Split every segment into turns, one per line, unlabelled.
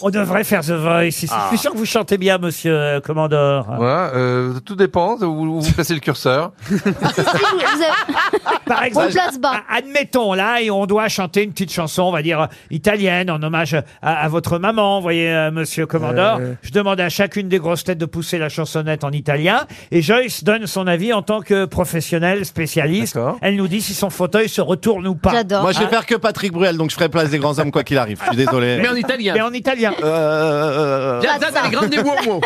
On devrait faire The Voice. ici. Je suis sûr que vous chantez bien, monsieur euh, Commandeur.
Voilà, euh, tout dépend de où où vous placez le curseur.
Ah, Par
On le place bas.
a- admettons, là, et on doit chanter une petite chanson, on va dire, euh, italienne, en hommage à, à votre maman, vous voyez, euh, monsieur Commandeur. Je demande à chacune des grosses têtes de pousser la chansonnette en italien, et Joyce donne son avis en tant que professionnelle, spécialiste.
D'accord.
Elle nous dit si son fauteuil se retourne ou pas.
J'adore.
Moi, je vais faire que Patrick Bruel, donc je ferai place des grands hommes quoi qu'il arrive. Je suis désolé.
Mais en italien.
Mais en italien.
Euh,
Piazza dalle grandi uomo.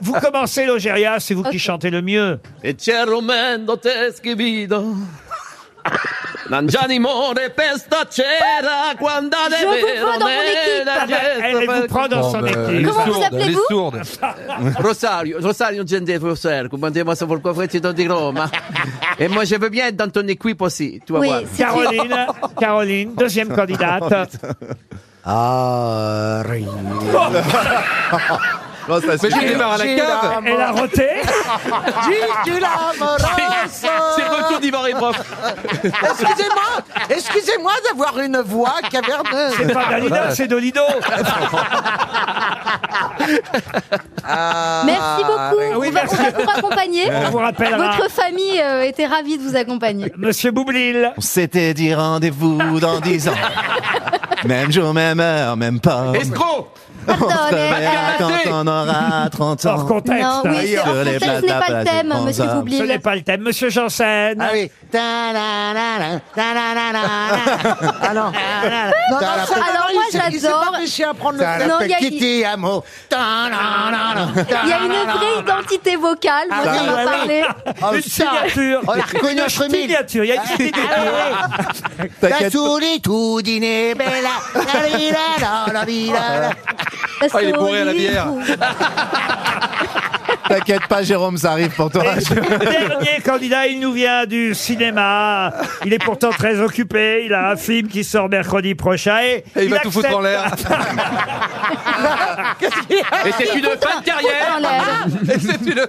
vous commencez, Logéria, c'est vous qui chantez le mieux.
E c'è romendo te schivido. Non già di more pesta c'era quando
Je
deve
vous vois dans mon équipe. Eh,
Ah bah, elle, elle vous prend dans son
bah,
équipe.
Comment vous
Euh, Les
appelez-vous
sourdes.
Rosario, Rosario gente Rosario, commandez-moi sur pourquoi frère de Roma. Et moi je veux bien être dans ton équipe aussi, tu vas
Oui,
voir.
c'est une-
Caroline, Caroline, deuxième candidate.
Ah, rien. Non, oh, ça,
Mais
c'est-
Eh ben,
je démarre à la cave.
Elle a roté.
C'est le retour d'Ivan et prof.
Excusez-moi, excusez-moi d'avoir une voix caverneuse.
C'est pas Dalida, c'est Dolido.
Merci beaucoup.
Ah, oui,
on, va,
merci.
on va vous accompagner.
On vous rappellera.
Votre famille euh, était ravie de vous accompagner.
Monsieur Boublil.
On s'était dit rendez-vous dans 10 ans. Même jour, même heure, même pas.
Escroc
On se
Pardonnez,
reverra
euh,
quand on aura 30
Hors
ans.
contexte.
Non, oui, c'est hors
Sur les
contexte, ce n'est pas le
plates à place
thème,
des
monsieur
grands
Ce n'est
Boublil.
pas le thème. Monsieur Janssen.
Ah oui.
Ta-da-da-da, ta-da-da-da.
Ah non. Non, non,
Ah,
T'as la
ça,
Alors,
non,
moi,
il s'est- Il s'est
j'adore.
pas empêché à prendre le
Ça
thème.
Non, il y
l'appelle
a-
Kitty Amo. Ta-da-da-da,
Il y a une vraie
ta-da-da-da.
identité vocale, moi, ça
oui,
m'a
oui,
parlé.
Oh,
Une
ça,
signature.
On a reconnu
Une
notre mille.
signature. Il y a une signature.
La solitudine è bella. La-li-la-la, la-li-la-la.
Parce
Ah, il est
que
bourré à la
Olivier
bière.
trouve-
T'inquiète pas, Jérôme, ça arrive pour toi.
Dernier candidat, il nous vient du cinéma. Il est pourtant très occupé. Il a un film qui sort mercredi prochain. Et,
Et il va tout foutre
accepte-
en l'air.
Ah,
Et c'est une fin de
Dans
carrière
l'air.
Et c'est une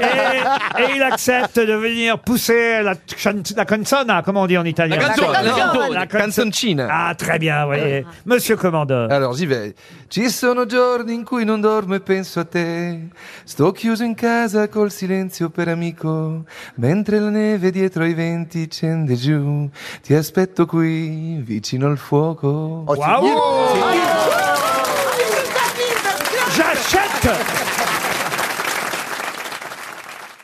Et, et il accepte de venir pousser la, chan- la canzona, comment on dit en italien
La canzone,
la canzone.
La canzone.
canzoncina. Euh,
Ah, très bien, voyez. Monsieur Commandeur.
Allora, j'y vais. Ci sono giorni in cui non dormo e penso a te. Sto chiuso in casa col silenzio per amico. Mentre la neve dietro ai venti scende giù. Ti aspetto qui, vicino al fuoco.
Waouh